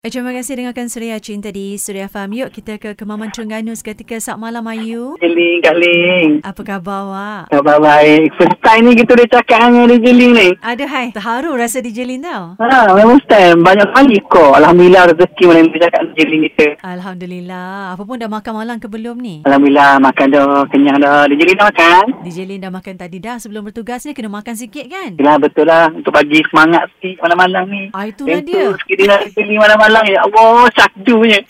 Eh, Terima kasih dengarkan Suria Cinta di Suria Farm. Yuk kita ke Kemaman Terengganu seketika saat malam Ayu. Jeling Kak Ling. Apa khabar awak? Khabar baik. First time ni kita dah cakap dengan dia Jeling ni. Ada hai. Terharu rasa dijelin tau. Ha, memang first time. Banyak kali kau. Alhamdulillah rezeki malam tu cakap dengan Jeling kita. Alhamdulillah. Apa pun dah makan malam ke belum ni? Alhamdulillah makan dah. Kenyang dah. Dia Jeling dah makan. Dijelin dah makan tadi dah sebelum bertugas ni kena makan sikit kan? Yelah betul lah. Untuk bagi semangat sikit malam-malam ni. Ah, itulah Tentu dia. Sikit dengan Jeling malam-malam. Ya Allah syakdunya.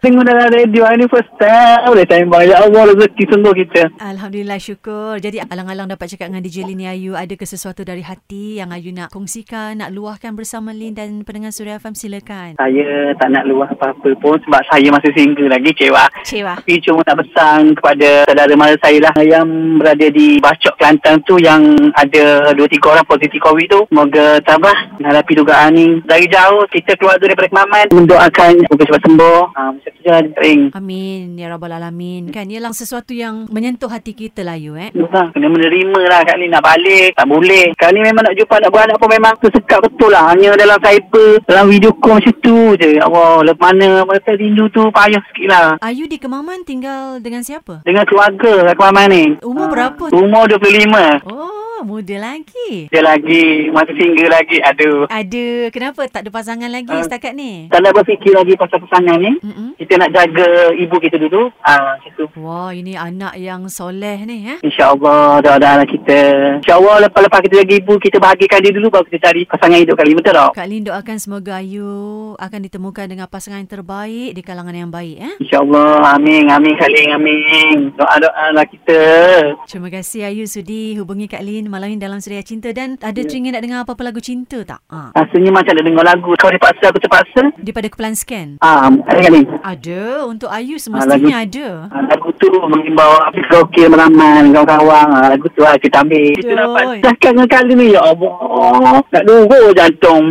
Tengok dalam radio hari ni first time. Boleh sembang. Ya Allah rezeki sungguh kita. Alhamdulillah syukur. Jadi alang-alang dapat cakap dengan DJ Lin ni Ayu ada ke sesuatu dari hati yang Ayu nak kongsikan, nak luahkan bersama Lin dan pendengar Suria FM silakan. Saya tak nak luar apa-apa pun sebab saya masih single lagi cewa. Cewa. Tapi cuma nak pesan kepada saudara mara saya lah yang berada di Bacok Kelantan tu yang ada dua tiga orang positif COVID tu. Semoga tabah menghadapi dugaan ni. Dari jauh kita keluar tu daripada kemaman mendoakan semoga cepat sembuh. Ha, macam tu je lah ring. Amin. Ya Rabbal Alamin. Kan, ialah sesuatu yang menyentuh hati kita lah Ayu eh. Nah, kena menerima lah Kak Ni nak balik Tak boleh Kak Ni memang nak jumpa nak beranak pun Memang tersekat betul lah Hanya dalam cyber Dalam video call macam tu je Ya Allah Lepas mana Masa rindu tu Payah sikit lah Ayu di Kemaman tinggal dengan siapa? Dengan keluarga lah Kemaman ni Umur Ah, berapa? Umur 25 Oh, muda lagi. Dia lagi Masa single lagi Aduh Ada kenapa tak ada pasangan lagi uh, Ah. setakat ni? Tak nak berfikir lagi Pasal pasangan ni Mm-mm. Kita nak jaga Ibu kita dulu Ah, macam tu Wah, ini anak yang soleh ni eh. InsyaAllah Doa-doa lah kita InsyaAllah lepas-lepas kita jaga ibu Kita bahagikan dia dulu Baru kita cari pasangan hidup kali Betul tak? Kak Lin doakan semoga Ayu akan ditemukan dengan pasangan yang terbaik di kalangan yang baik eh. InsyaAllah Amin Amin Khaling Amin Doa-doa lah kita Terima kasih Ayu sudi hubungi Kak Lin malam ini dalam Suria Cinta dan ada Ya. yeah. teringin nak dengar apa-apa lagu cinta tak? Ah. Rasanya macam nak dengar lagu Kau dipaksa aku terpaksa Daripada Kepelan Scan. Ah, ada kali Ada untuk Ayu lagu- semestinya ada. Ah, lagu tu mengimbau api karaoke meraman kawan-kawan ah, lagu tu lah kita ambil kita Betul. dapat cakap dengan kali ni ya Allah nak dulu jantung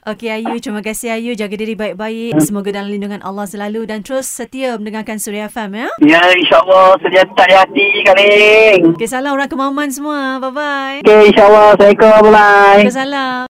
Okey Ayu, terima kasih Ayu. Jaga diri baik-baik. Semoga dalam lindungan Allah selalu dan terus setia mendengarkan Suria FM ya. ya insyaAllah sejahtera di hati kaling Okey, salam orang kemaman semua. Bye-bye. Okay, insyaAllah Assalamualaikum Bye Salam.